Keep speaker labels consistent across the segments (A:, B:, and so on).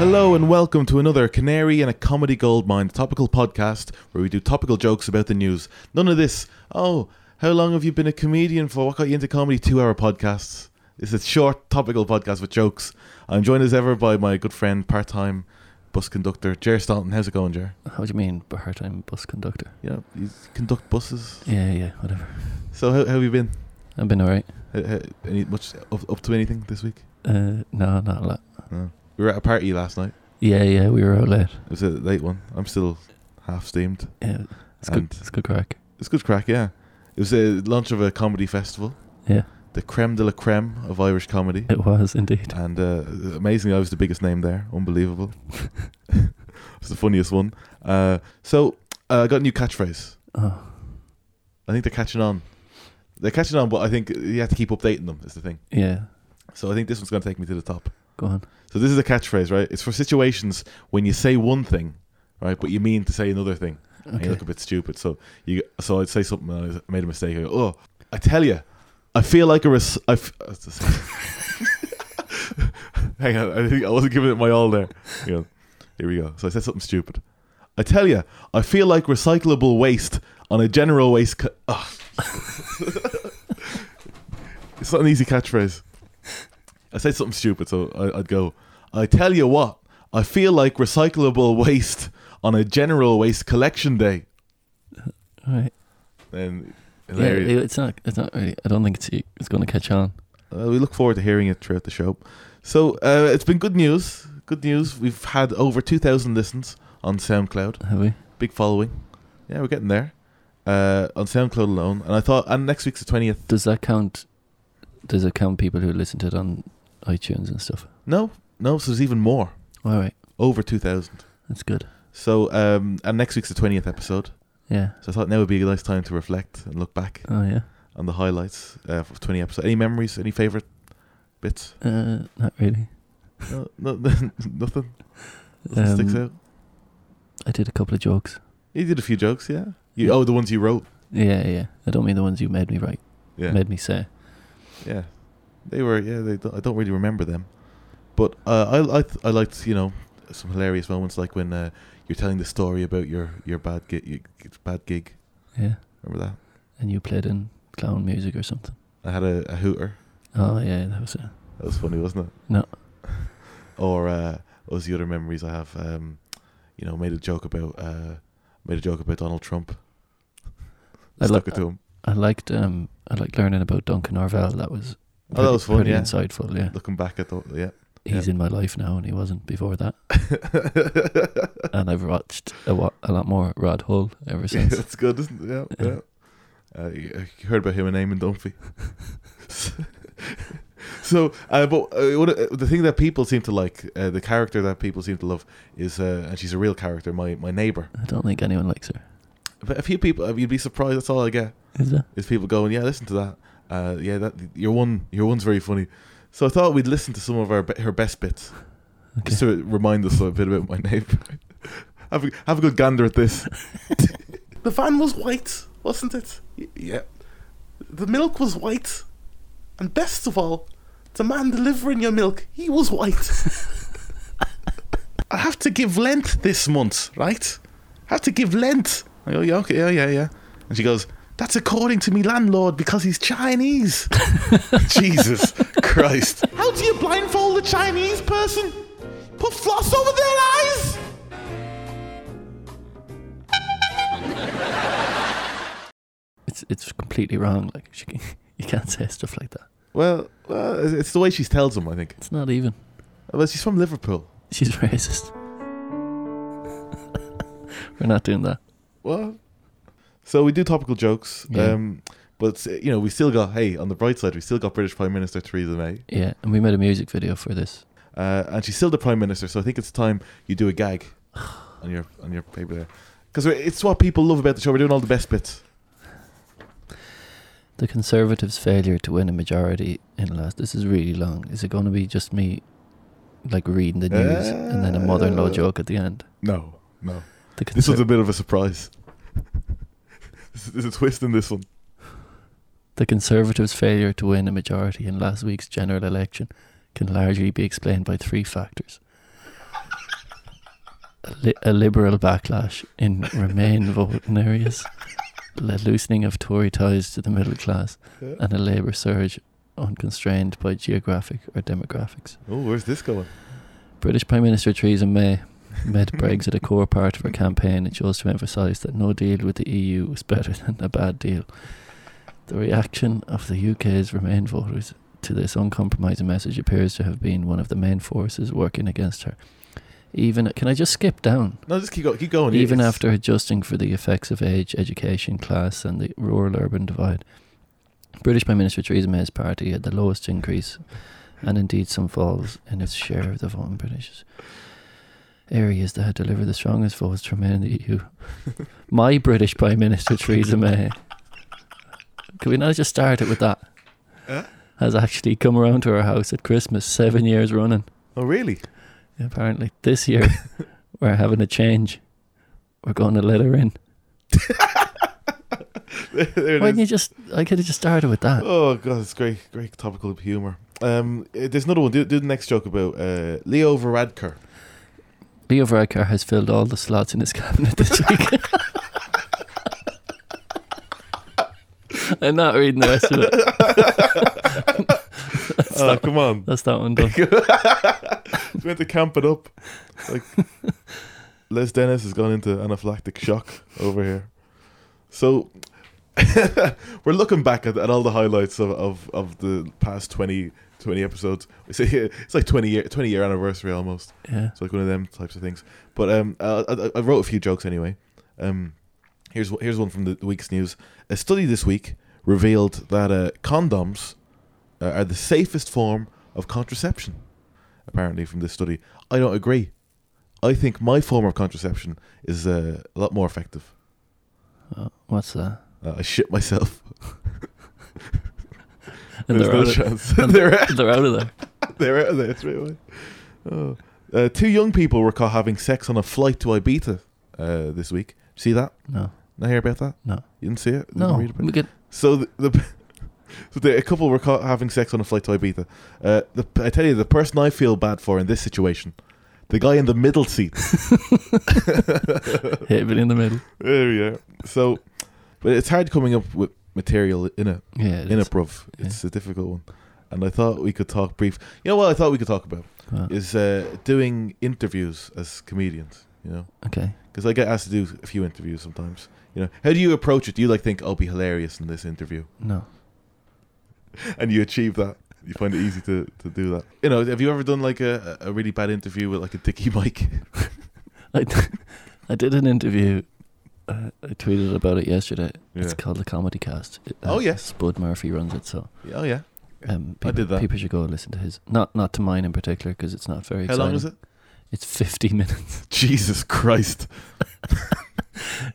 A: Hello and welcome to another Canary and a Comedy Goldmine topical podcast where we do topical jokes about the news. None of this, oh, how long have you been a comedian for? What got you into comedy? Two hour podcasts. This is a short topical podcast with jokes. I'm joined as ever by my good friend, part time bus conductor, Jer Staunton. How's it going, Jer?
B: How do you mean part-time bus conductor?
A: Yeah, you conduct buses.
B: Yeah, yeah, whatever.
A: So, how, how have you been?
B: I've been alright.
A: How, how, any, much up, up to anything this week?
B: Uh, no, not a lot.
A: No. We were at a party last night.
B: Yeah, yeah, we were out late.
A: It was a late one. I'm still half steamed.
B: Yeah, it's good.
A: And-
B: It's good crack.
A: It's good crack, yeah. It was the launch of a comedy festival.
B: Yeah.
A: The creme de la creme of Irish comedy.
B: It was indeed.
A: And uh, amazingly, I was the biggest name there. Unbelievable. it's the funniest one. Uh, so uh, I got a new catchphrase.
B: Oh,
A: I think they're catching on. They're catching on, but I think you have to keep updating them, is the thing.
B: yeah.
A: So I think this one's going to take me to the top.
B: Go on.
A: So this is a catchphrase, right? It's for situations when you say one thing, right, but you mean to say another thing. and you
B: Okay.
A: look a bit stupid. So you, so I'd say something and I made a mistake. I go, oh, I tell you, I feel like a res- I f- I was just- Hang on, I think I wasn't giving it my all there. Hang on. Here we go. So I said something stupid. I tell you, I feel like recyclable waste on a general waste. ah. Co- Ugh. it's not an easy catchphrase. I said something stupid, so I, I'd go. I tell you what, I feel like recyclable waste on a general waste collection day.
B: All right.
A: And
B: Yeah,
A: hilarious.
B: it- it's not. It's not really. I don't think it's it's going to catch on.
A: Uh, we look forward to hearing it throughout the show. So uh, it's been good news. Good news. We've had over 2,000 listens on SoundCloud.
B: Have we?
A: Big following. Yeah, we're getting there. Uh, on SoundCloud alone. And I thought, and next week's the 20th.
B: Does that count? Does it count people who listen to it on iTunes and stuff?
A: No, no, so there's even more.
B: All right.
A: Over 2,000.
B: That's good.
A: So, um, and next week's the 20th episode.
B: Yeah.
A: So I thought now would be a nice time to reflect and look back
B: Oh yeah.
A: on the highlights uh, of 20 episodes. Any memories? Any favourite bits?
B: Uh, not really.
A: No, no, nothing. Nothing sticks
B: Um,
A: out.
B: I did a couple of jokes.
A: You did a few jokes, yeah. You,
B: Yeah.
A: Oh, the ones you wrote.
B: Yeah, yeah. I don't mean the ones you made me write.
A: Yeah,
B: Made me say.
A: yeah. They were, yeah. They don't, I don't really remember them, but uh, I, I, I liked, you know, some hilarious moments like when uh, you're telling the story about your your bad gig, your g- bad gig.
B: Yeah.
A: Remember that?
B: and you played in clown music or something.
A: I had a, a hooter.
B: Oh yeah, that was it.
A: That was funny, wasn't it?
B: No.
A: or uh, what was the other memories I have? Um, you know, made a joke about uh, made a joke about Donald Trump.
B: I
A: Stuck
B: like-
A: it to him.
B: I liked um I liked learning about Duncan Orvell. That was
A: Oh, that
B: pretty-
A: was fun,
B: pretty
A: yeah.
B: insightful. Yeah,
A: Looking back at the yeah.
B: he's in my life now, and he wasn't before that. And I've watched a, wa- a lot more Rod Hull ever
A: Yeah,
B: since.
A: that's good, isn't it? Yeah, yeah.
B: Yeah.
A: Uh, you you heard about him and Eamon Dunphy. so, uh, but uh, what, uh, the thing that people seem to like, uh, the character that people seem to love is, uh, and she's a real character, my, my neighbour.
B: I don't think anyone likes her.
A: But a few people, uh, you'd be surprised, that's all I get,
B: Is there?
A: is people going, yeah, listen to that. Uh, yeah, that your one, your one's very funny. So I thought we'd listen to some of our be- her best bits,
B: Okay.
A: just to remind us a bit about my neighbour. have, a, have a good gander at this. The van was white, wasn't it? Y- yeah. The milk was white. And best of all, the man delivering your milk, he was white. I have to give Lent this month, right? have to give Lent. I go, yeah, okay, yeah, yeah, yeah. And she goes, that's according to me landlord because he's Chinese. Jesus Christ. How do you blindfold a Chinese person? Put floss over their eyes?
B: It's it's completely wrong. Like she can, you can't say stuff like that.
A: Well, well, it's the way she tells him, I think.
B: It's not even.
A: Well, she's from Liverpool.
B: She's racist. We're not doing that.
A: Well, so we do topical jokes,
B: Yeah.
A: um, but uh, you know we still got hey on the bright side we still got British Prime Minister Theresa May,
B: Yeah, and we made a music video for this.
A: uh, and she's still the Prime Minister. So I think it's time you do a gag on your on your paper there, because it's what people love about the show. We're doing all the best bits.
B: The Conservatives' failure to win a majority in last. This is really long. Is it going to be just me, like reading the news and then a mother-in-law
A: Uh,
B: joke at the end?
A: No, no,
B: The
A: this
B: Conser-
A: was a bit of a surprise. There's- There's a twist in this one.
B: the Conservatives' failure to win a majority in last week's general election can largely be explained by three factors. li- a liberal backlash in Remain voting areas, the loosening of Tory ties to the middle class,
A: Yeah.
B: and a Labour surge unconstrained by geographic or demographics.
A: Oh, where's this going?
B: British Prime Minister Theresa May made Brexit a core part of her campaign and chose to emphasise that no deal with the EU was better than a bad deal. The reaction of the UK's Remain voters to this uncompromising message appears to have been one of the main forces working against her. Even can I just skip down?
A: No, just keep going. Keep going.
B: Even
A: It's-
B: after adjusting for the effects of age, education, class, and the rural urban divide, British Prime Minister Theresa May's party had the lowest increase and indeed some falls in its share of the vote in British areas that had delivered the strongest votes to remain in the EU. My British Prime Minister Theresa May. Can we not just start it with that?
A: Huh?
B: Has actually come around to our house at Christmas seven years running.
A: Oh, really?
B: Apparently, this year we're having a change. We're going to let her in.
A: there it
B: Why
A: is.
B: didn't you just? I could have just started with that.
A: Oh god, it's great, great topical humor. Um, eh, there's another one. Do, do the next joke about uh, Leo Varadkar.
B: Leo Varadkar has filled all the slots in his cabinet this week. I'm not reading the rest of it.
A: Oh, come on,
B: That's that one done.
A: He's meant to camp it up. Like Les Dennis has gone into anaphylactic shock over here. So we're looking back at, at all the highlights of, of, of the past 20, 20 episodes. It's, it's like 20 year, 20 year anniversary almost.
B: Yeah.
A: It's like one of them types of things. But um, I, I, I wrote a few jokes anyway. Um, here's one- here's one from the week's news. A study this week revealed that uh, condoms uh, are the safest form of contraception. Apparently, from this study, I don't agree. I think my form of contraception is uh, a lot more effective.
B: Oh, what's that?
A: Uh, I shit myself.
B: And
A: There's
B: they're,
A: no
B: out of,
A: chance. They're out-
B: they're out of there.
A: they're out of there straight away. Oh. Uh, two young people were caught having sex on a flight to Ibiza uh, this week. See that?
B: No.
A: Not hear about that?
B: No.
A: You didn't see it? Didn't
B: No.
A: read about
B: We
A: it?
B: could,
A: So the, the so the, a couple were caught having sex on a flight to Ibiza. Uh, the, I tell you, the person I feel bad for in this situation, the guy in the middle seat.
B: hit it in the middle.
A: there you are. So, but it's hard coming up with material in it,
B: Yeah. it
A: in
B: is.
A: it, bruv. It's a difficult one. And I thought we could talk brief. You know what I thought we could talk about
B: Well,
A: is uh, doing interviews as comedians. You know,
B: okay.
A: because I get asked to do a few interviews sometimes. You know, how do you approach it? Do you like think I'll be hilarious in this interview?
B: No.
A: and you achieve that. You find it easy to, to do that. You know, have you ever done like a, a really bad interview with like a dicky mic?
B: I, d- I did an interview. Uh, I tweeted about it yesterday. It's
A: Yeah.
B: called the Comedy Cast. It- uh,
A: Oh, yeah.
B: Spud Murphy runs it, so
A: Oh yeah.
B: um,
A: I
B: people,
A: did that.
B: People should go listen to his. Not not to mine in particular because it's not very.
A: How
B: exciting.
A: long is it?
B: It's fifty minutes.
A: Jesus Christ!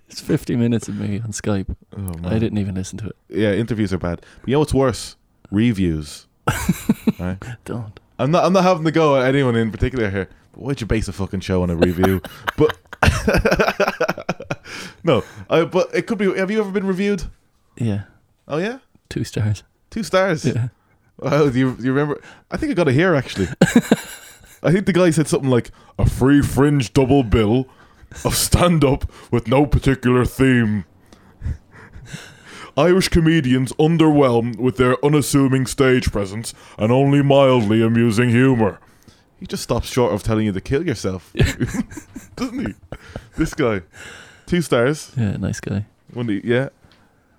B: It's fifty minutes of me on Skype.
A: Oh man.
B: I didn't even listen to it.
A: Yeah, interviews are bad. But you know what's worse? Reviews. right?
B: Don't.
A: I'm not. I'm not having to go at anyone in particular here. But why'd you base a fucking show on a review? but no. I, but it could be. Have you ever been reviewed?
B: Yeah,
A: Oh yeah,
B: two stars.
A: two stars.
B: Yeah,
A: Oh, do you, do you remember? I think I got it here actually. I think the guy said something like a free fringe double bill of stand up with no particular theme. Irish comedians underwhelmed with their unassuming stage presence and only mildly amusing humour. He just stops short of telling you to kill yourself, doesn't he? This guy, two stars.
B: yeah, nice guy.
A: One, yeah,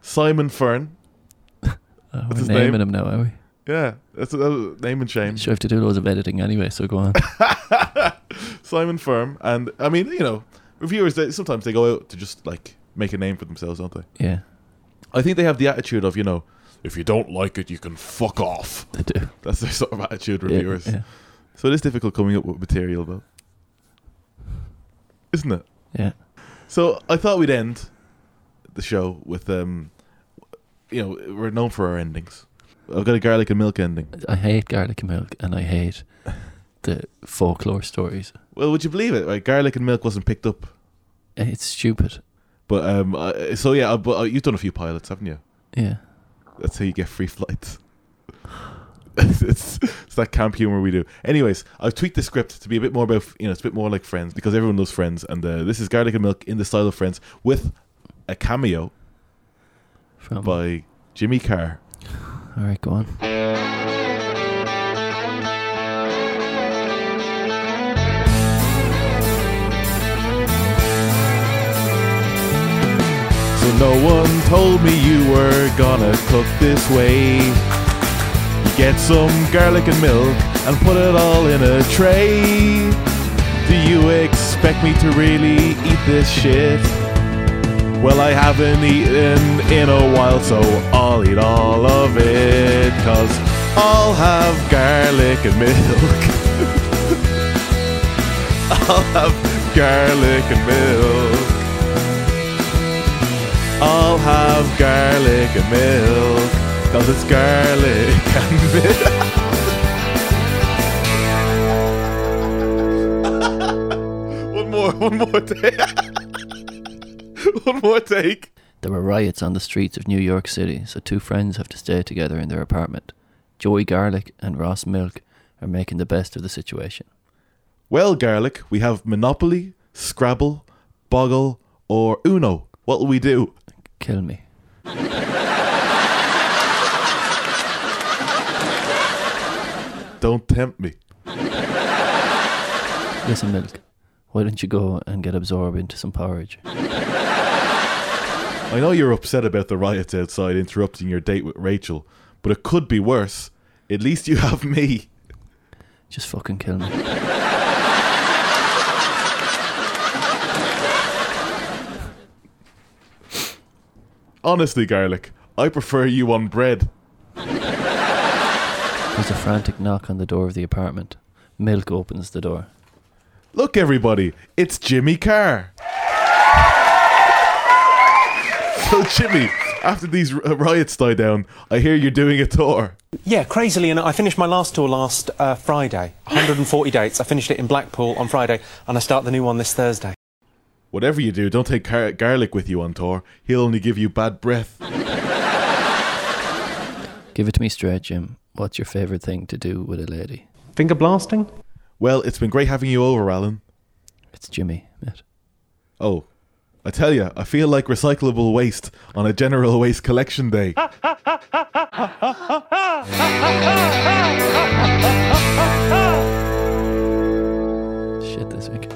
A: Simon Fern.
B: Oh,
A: What's
B: we're
A: his
B: naming
A: name?
B: him now, are we?
A: Yeah, that's that was name and shame.
B: Sure, I have to do loads of editing anyway. So go on.
A: Simon Firm, and I mean, you know, reviewers. They, sometimes they go out to just like make a name for themselves, don't they?
B: yeah,
A: I think they have the attitude of, you know, if you don't like it, you can fuck off.
B: they do.
A: That's their sort of attitude,
B: Yeah,
A: reviewers.
B: Yeah,
A: So it is difficult coming up with material, though, isn't it?
B: yeah.
A: So I thought we'd end the show with, um, you know, we're known for our endings. I've got a garlic and milk ending.
B: I hate garlic and milk, and I hate the folklore stories.
A: Well, would you believe it? Right, garlic and milk wasn't picked up,
B: It's stupid. but
A: but um, I, so yeah. But uh, you've done a few pilots, haven't you?
B: Yeah.
A: That's how you get free flights. it's, it's, it's that camp humor we do. Anyways, I'll tweak the script to be a bit more about you know it's a bit more like Friends because everyone loves Friends, and uh, this is Garlic and Milk in the style of Friends with a cameo
B: From
A: by Jimmy Carr.
B: all right, go on.
A: So no one told me you were gonna cook this way. Get some garlic and milk and put it all in a tray. Do you expect me to really eat this shit? Well, I haven't eaten in a while, so I'll eat all of it. Cause I'll have garlic and milk. I'll have garlic and milk. I'll have garlic and milk Cause it's garlic and milk One more, one more take One more take
B: There were riots on the streets of New York City, so two friends have to stay together in their apartment. Joey Garlic and Ross Milk are making the best of the situation.
A: Well, garlic, we have Monopoly, Scrabble, Boggle, or Uno. What'll we do?
B: Kill me.
A: Don't tempt me.
B: Listen, Milk, why don't you go and get absorbed into some porridge?
A: I know you're upset about the riots outside interrupting your date with Rachel, but it could be worse. At least you have me.
B: Just fucking kill me.
A: Honestly, garlic, I prefer you on bread.
B: There's a frantic knock on the door of the apartment. Milk opens the door.
A: Look, everybody, it's Jimmy Carr. so, Jimmy, after these r- uh, riots die down, I hear you're doing a tour.
C: Yeah, crazily enough, I finished my last tour last uh, Friday. 140 dates. I finished it in Blackpool on Friday, and I start the new one this Thursday.
A: Whatever you do, don't take car- garlic with you on tour. He'll only give you bad breath.
B: Give it to me straight, Jim. What's your favourite thing to do with a lady?
C: Finger blasting?
A: Well, it's been great having you over, Alan.
B: It's Jimmy, mate.
A: Oh, I tell you, I feel like recyclable waste on a general waste collection day.
B: Shit this week.